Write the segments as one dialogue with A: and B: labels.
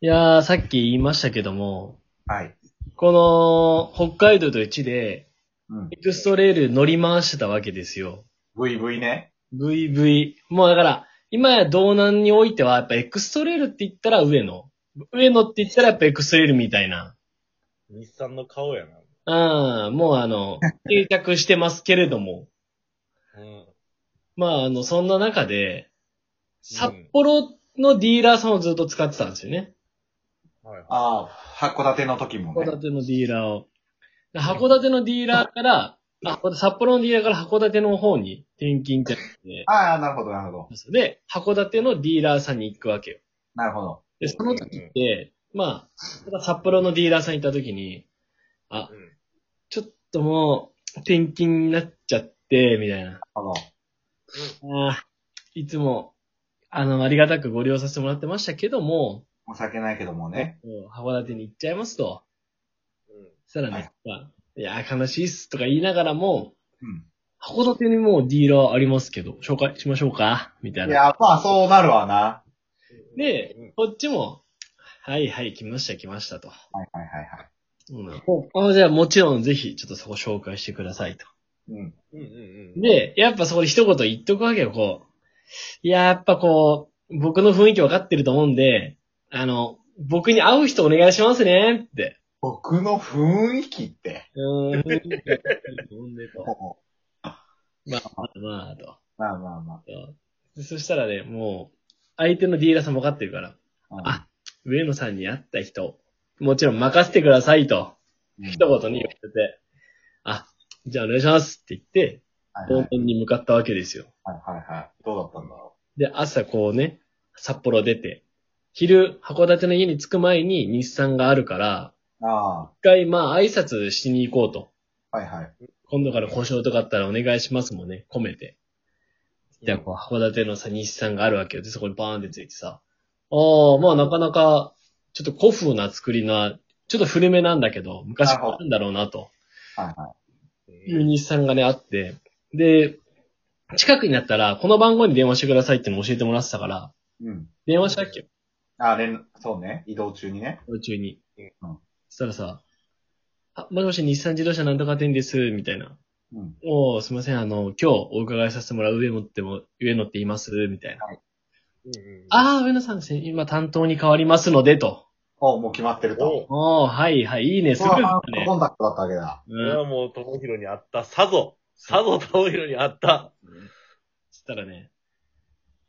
A: いやー、さっき言いましたけども、
B: はい。
A: この、北海道と一で、
B: うん
A: エ。クストレール乗り回してたわけですよ。
B: VV ね。
A: VV。もうだから、今や道南においては、やっぱエクストレールって言ったら上野。上野って言ったらやっぱエクストレールみたいな。
C: 日産の顔やな。
A: うん、もうあ の、定着してますけれども。
C: うん。
A: まあ、あの、そんな中で、札幌のディーラーさんをずっと使ってたんですよね。
C: はい。
B: ああ、函館の時も
A: 函
B: ね。
A: 館のディーラーを。で函館のディーラーから、あ、札幌のディーラーから函館の方に転勤ってなって
B: ああ、なるほど、なるほど。
A: で、函館のディーラーさんに行くわけよ。
B: なるほど。
A: で、その時って、まあ、札幌のディーラーさんに行った時に、あ、
C: うん
A: ちょっともう、転勤になっちゃって、みたいな。
B: なるほど。
A: ああ、いつも、あの、ありがたくご利用させてもらってましたけども、
B: 申し訳ないけどもね。
A: もう函館に行っちゃいますと。
C: うん。
A: そしたらね、
B: はい
A: まあいやー、悲しいっすとか言いながらも、
B: う
A: 函館にもうディーラーありますけど、紹介しましょうかみたい
B: ん。い
A: な。
B: や、まあそうなるわな。は
A: で
C: うん、
A: こっちも、はいはい、来ました来ましたと。
B: いはいはいは
A: うん。あじゃあもちろんぜひ、ちょっとそこ紹介してくださいと。
B: い。うん。
C: うんうんうん。
A: で、やっぱそこで一言言っとくわけよ、こう。いや、やっぱこう、僕の雰囲気わかってると思うんで、あの、僕に会う人お願いしますね、って。
B: 僕の雰囲気って。
A: うーん、雰囲気わかってると思うんで、と。
B: ほ
A: まあ、まあ、まあ、と。
B: うまあまあま
A: でそしたらね、もう、相手のディーラーさんも分かってるから、
B: あ。
A: あ、上野さんに会った人、もちろん任せてくださいと、
B: うん
A: 一言に言われて、あ、じゃあお願いしますって言って、
B: はいは
A: 本
B: い
A: 店に向かったわけですよ。
B: はいはいはい。どうだったんだろ
A: で、朝こうね、札幌出て、昼、函館の家に着く前に日産があるから、
B: う。あ
A: 一回まあ挨拶しに行こうと。
B: あ、はいはい。
A: 今度から故障とかあったらお願いしますもんね、込めて。じゃあ、こう、函館のさ、西さんがあるわけよ。で、そこにバーンってついてさ。ああ、まあなかなか、ちょっと古風な作りな、ちょっと古めなんだけど、昔からあるんだろうな、と
B: はいはい。
A: いう西さんがね、あって。で、近くになったら、この番号に電話してくださいってのを教えてもらってたから、
B: うん。
A: 電話したっけよ、
B: あ、連、そうね。移動中にね。
A: 途中に。
C: うん
A: そしたらさ、あ、もしもし、日産自動車なんとか店です、みたいな。
B: うん。
A: おうすみません、あの、今日お伺いさせてもらう上野っても、上野って言いますみたいな。
C: うんうんうん、
A: ああ、上野さんですね、今担当に変わりますので、と。
B: おもう決まってる
C: おう
B: と。
A: おー、はいはい、いいね、す
B: そ
A: ご
B: れ
A: い
B: は
A: ね
B: コ。ンタクトだったわけだ。
C: こ
A: う
C: れ
A: ん。
C: はもう、ともひろにあった。さぞ。さぞ、ともひろにあった。
A: そしたらね、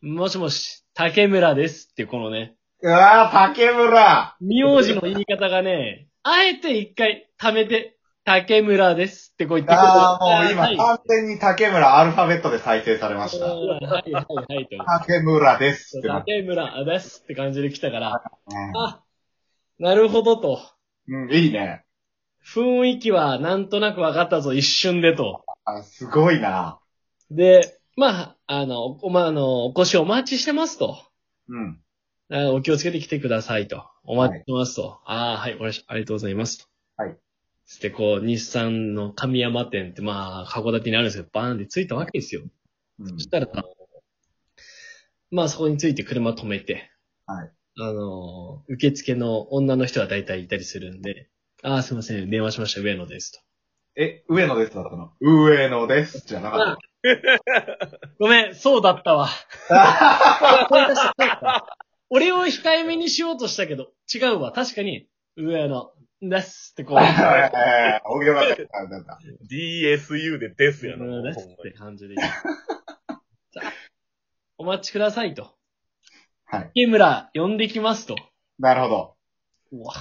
A: もしもし、竹村ですって、このね、
B: うわぁ、竹村
A: 名字の言い方がね、あえて一回、溜めて、竹村ですってこう言って
B: ああ、もう今、
A: はい、
B: 完全に竹村アルファベットで再生されました。
A: うんはい、はい、はい、と。
B: 竹村です
A: そう
B: ってなって
A: 竹村ですって感じで来たから、
B: ね。
A: あ、なるほどと。
B: うん、いいね。
A: 雰囲気はなんとなく分かったぞ、一瞬でと。
B: あすごいな。
A: で、まあ、あの、おま、あの、お越しお待ちしてますと。
B: うん。
A: あお気をつけて来てくださいと。お待ちしてますと。ああ、はい、わかりましたありがとうございますと。
B: はい。
A: そして、こう、日産の神山店って、まあ、函館にあるんですけど、バーンって着いたわけですよ。
B: うん
A: そしたら、まあ、そこについて車止めて、
B: はい。
A: あの、受付の女の人は大体いたりするんで、ああ、すいません、電話しました、上野ですと。
B: え、上野ですだったの上野ですじゃなかっ
A: ごめん、そうだったわ。
B: た。
A: 思い出したそうだった俺を控えめにしようとしたけど、違うわ、確かに、上野ですってこう。
B: えー、およかったよかったよかっ
C: DSU でですやな。
A: うん
C: ほんま
A: ですって感じで言う。さあお待ちくださいと。
B: た。はい。
A: 竹村、呼んできますと。
B: なるほど。
A: うわ、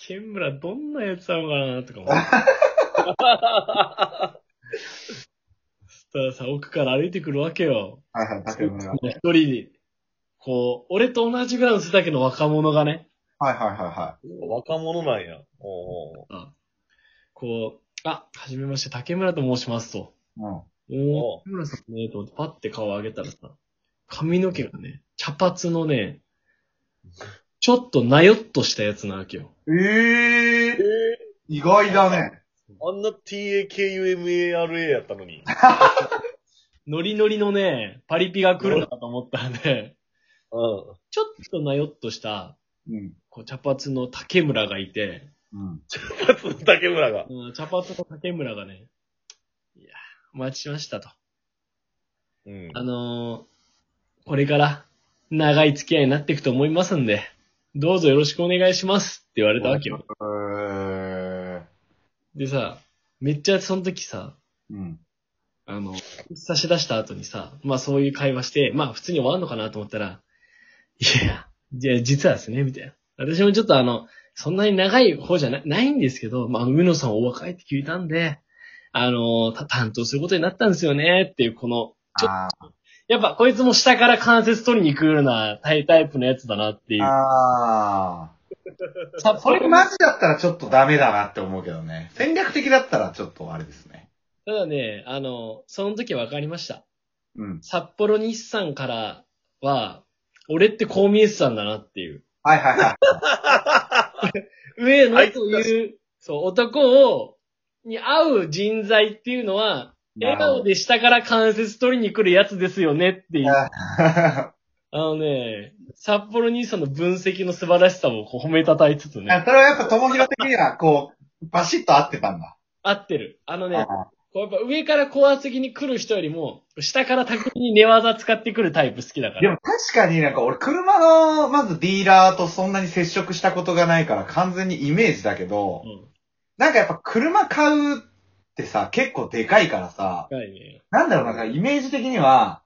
A: 竹村、どんなやつなのかなとか思って。そしたらさ、奥から歩いてくるわけよ。
B: はいはい、竹村が。
A: 一人に。こう、俺と同じぐらいの背丈の若者がね、
B: はいはいはいは
C: 若者なんや。おうおう
A: うんこう、あ、はじめまして、竹村と申しますと。
B: い。う
A: お
B: ん。
C: お
A: お、田村さんね、と思ってパッて顔を上げたらさ、髪の毛がね、茶髪のね、ちょっとなよっとしたやつなわけよ。
B: ええ
C: え
B: 意外だね。
C: ー、あんな TAKUMARA やったのに。
A: ノリノリのね、パリピが来るのかと思ったらね、
C: うん。
A: ちょっとなよっとした、
B: うん。
A: こう茶髪の竹村がいて、
B: うん。
C: 松の竹村が。
A: うん、茶髪の竹村がね、いや、お待ちしましたと。
C: うん
A: あのーこれから長い付き合いになっていくと思いますんで、どうぞよろしくお願いしますって言われたわけよ。
B: えー。
A: でさ、めっちゃその時さ、
B: うん。
A: あの、差し出した後にさ、まあそういう会話して、まあ普通に終わるのかなと思ったら、いや、じゃあ実はですね、みたいな。私もちょっとあの、そんなに長い方じゃなないんですけど、まあ、上野さんお若いって聞いたんで、あの、た担当することになったんですよね、っていうこの、ちょ
B: あ
A: やっぱこいつも下から関節取りに来るようなタイタイプのやつだなっていう。
B: ーあー。それマジだったらちょっとダメだなって思うけどね。戦略的だったらちょっとあれですね。
A: ただね、あの、その時分かりました。
B: うん。
A: 札幌日産からは、俺ってこう見えてたんだなっていう。
B: はいはいはい。
A: 上
C: あ
A: 野
C: いつ
A: という、そう、男を、に合う人材っていうのは、 笑 顔で下から関節取りに来るやつですよねっていう。あ
B: あ
A: のね、札幌兄さんの分析の素晴らしさをこう褒めたたえつつね、
B: それはやっぱ友広的には、こう、バシッと合ってたんだ。
A: 合ってる。あのね、
B: あ
A: こうやっぱ上から高圧的に来る人よりも、下から巧みに寝技使ってくるタイプ好きだか
B: ーで
A: ら。
B: も確かになんか俺車の、まずディーラーとそんなに接触したことがないから完全にイメージだけど
A: う、ん。
B: なんかやっぱ車買うってさ、結構でかいからさ、
A: 深いね。
B: なんだろうなんかイメージ的には、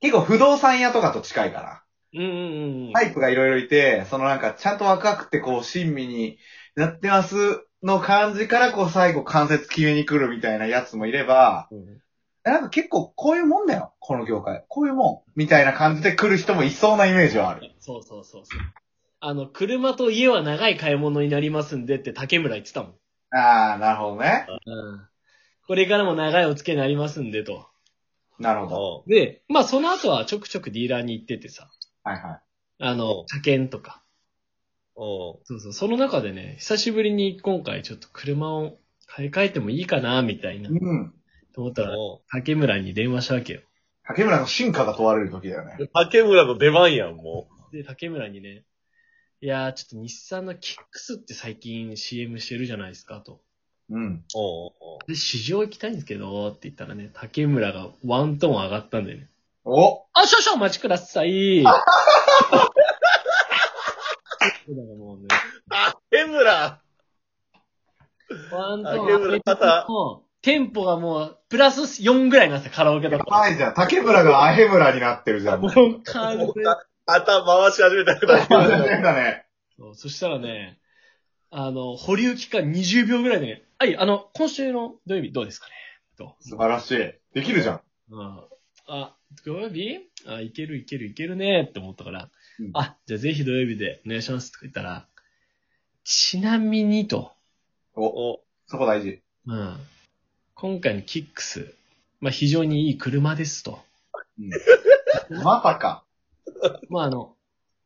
B: 結構不動産屋とかと近いから。
A: うんうんうん。
B: タイプがいろいろいて、そのなんかちゃんと若くてこう親身になってますの感じからこう最後関節決めに来るみたいなやつもいれば、
A: うん。
B: なんか結構こういうもんだよ、この業界。こういうもん。みたいな感じで来る人もいそうなイメージはある。
A: そうそうそうそう。あの、車と家は長い買い物になりますんでって竹村言ってたもん。
B: ああ、なるほどね。
A: うんこれからも長いお付き合いになりますんでと。
B: なるほど。
C: う
A: で、まあその後はちょくちょくディーラーに行っててさ、
B: はいはい。
A: あ
C: う
A: の
C: ん、
A: 車検とか。
C: ん。うん。
A: そうそう、その中でね、久しぶりに今回ちょっと車を買い替えてもいいかな、みたいな。
B: うん。
A: と思ったら、
C: う
A: 竹村に電話したわけよ。
B: 竹村の進化が問われる時だよね。
C: ん竹村の出番やん、も
A: で、竹村にね、いやー、ちょっと日産のキックスって最近 CM してるじゃないですか、と。
B: うん。
C: う。うん。
A: で、市場行きたいんですけど、って言ったらね、竹村がワントーン上がったんだよね。
B: お
A: あ、少々お待ちください。だからもうね、
C: 竹村
A: ワント
C: 竹
A: ーン
C: 村肩
A: テンポがもう、プラス4ぐらいになってた、カラオケだと。
B: はいじゃん。竹村がアヘ村になってるじゃん。
A: も
B: もう
A: う完全
C: 頭回し始めたけど。
B: だね。
A: そうそしたらね、あの、保留期間20秒ぐらいでね、はい、あの、今週の土曜日どうですかねと。
B: 素晴らしい。できるじゃん。
A: うんあ、土曜日あ、いけるいけるいけるねって思ったから、
B: うん
A: あ、じゃあぜひ土曜日でお願いしますとか言ったら、ちなみにと、
B: お、
C: お
B: そこ大事。
A: うん。今回のキックス、まあ、非常にいい車ですと。
B: うん。まさか。
A: まあ、あの、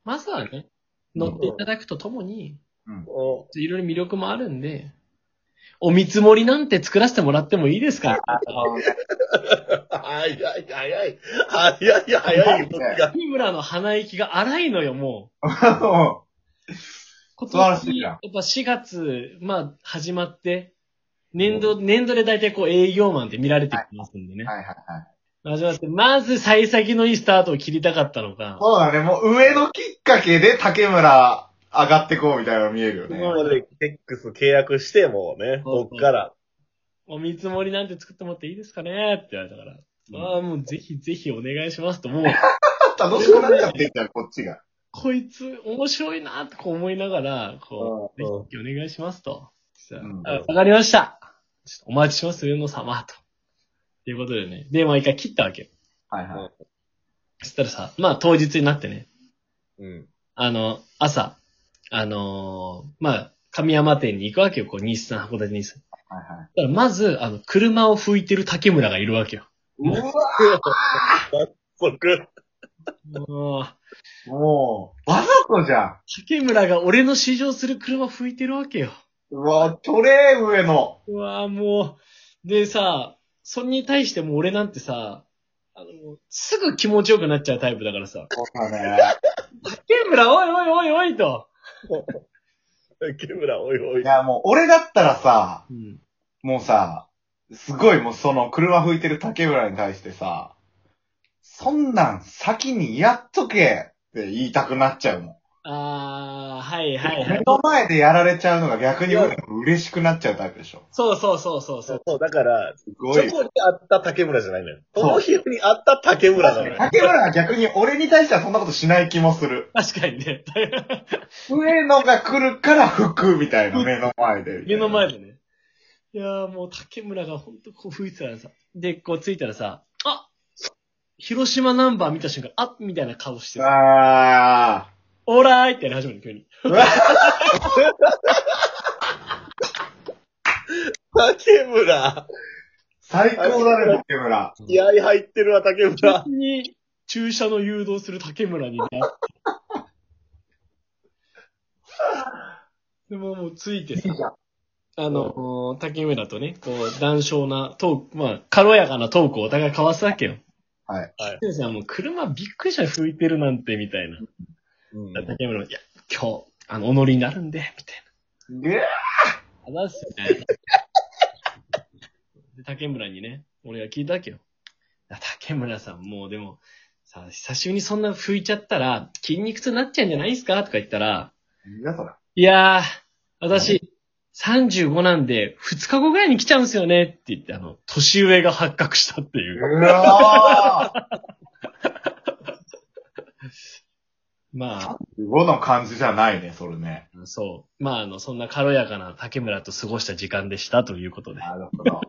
A: まずはね、乗っていただくとともに、
C: お
A: いろいろ魅力もあるんで、お見積もりなんて作らせてもらってもいいですか
C: 早い、早い、早い、早い、早い、僕が。
A: 三村の鼻息が荒いのよ、もう。
B: も
A: 今
B: 素晴らしい
A: 年
B: じゃん
A: やっぱ4月、まあ、始まって、年度、年度で大体こう営業マンって見られてきますんでね
B: う。。はいはいはい。
A: 始まって、まず幸先のいいスタートを切りたかったのか。
B: そうだね。もう上のきっかけで竹村上がってこうみたいなの見えるよね。
C: 今までテックス契約して、もうね、こっから。
A: お見積もりなんて作ってもらっていいですかねって言われたから。ああ、もうぜひぜひお願いしますと、 もう、
B: 楽しくなっちゃってんじゃん、こっちが。
A: こいつ面白いなってこう思いながら、こう、ぜ
C: うん
A: ひぜひお願いしますと。さ
B: うん
A: あわかりました。ちょっとお待ちします、上野様、と。ということでね。で、まあ一回切ったわけよ。
B: はい。
C: はい
A: そしたらさ、まあ当日になってね、
C: うん。
A: あの、朝、あのーまあ、神山店に行くわけよ、こう、日産、函館日産。
B: はいはい。
A: だからまず、あの、車を拭いてる竹村がいるわけよ。
B: うわ
C: 僕、
A: もう
B: もう、わざとじゃん。
A: 竹村が俺の試乗する車拭いてるわけよ。
B: うわ、チョレー上の。
A: うわぁ、もう。でさ、それに対してもう俺なんてさ、あの、もうすぐ気持ちよくなっちゃうタイプだからさ。
B: そうだね。
A: 竹村、おいおいいと。
C: 木村、おいおい
B: い。や、もう、俺だったらさ、
A: うん。
B: もうさ、すごいもうその車吹いてる竹村に対してさ、そんなん先にやっとけって言いたくなっちゃうもん。
A: あー、はいはいは
B: 目
A: い。
B: の前でやられちゃうのが逆に俺も嬉しくなっちゃうタイプでしょ。
A: そうそうそうそうそう。
C: そう、だから、
B: す
C: チ
B: ごい
C: ョ。コにあった竹村じゃないのよ。
B: そう
C: ともひろにあった竹村なのよ。
B: 竹村は逆に俺に対してはそんなことしない気もする。
A: 確かにね。
B: 上野が来るから服みたいな目の前で。
A: 目の前でね。いやーもう竹村がほんとこう吹いてたらさ、で、こう着いたらさ、あ広島ナンバー見た瞬間、あみたいな顔してさ、
B: あ
A: オーライってやり始める、 急に。
C: 竹村。
B: 最高だね、竹村。
C: 気合入ってるわ、竹村。
A: 急に注射の誘導する竹村に なって。でももうついてさ、あのー、竹村とね、こう、談笑なトーク、まあ、軽やかなトークをお互い交わすわけよ。
B: はい。
C: はい
A: でさ、もう車びっくりしたよ吹いてるなんて、みたいな。
C: うん
A: 竹村も、いや、今日、あの、お乗りになるんで、みたい
B: ぐー
A: な。話すみ たいな。で、竹村にね、俺が聞いたわけよ。いや竹村さん、もうでも、さ、久しぶりにそんな拭いちゃったら、筋肉痛になっちゃうんじゃないですかとか言ったら、
B: なんだそれ。
A: いやー、私、35なんで、2日後ぐらいに来ちゃうんすよねって言って、あの、年上が発覚したっていう。
B: う わ
A: まあ、
B: ー語の感じじゃないね、それね。
A: そう。まあ、あの、そんな軽やかな竹村と過ごした時間でしたということで。
B: なるほど。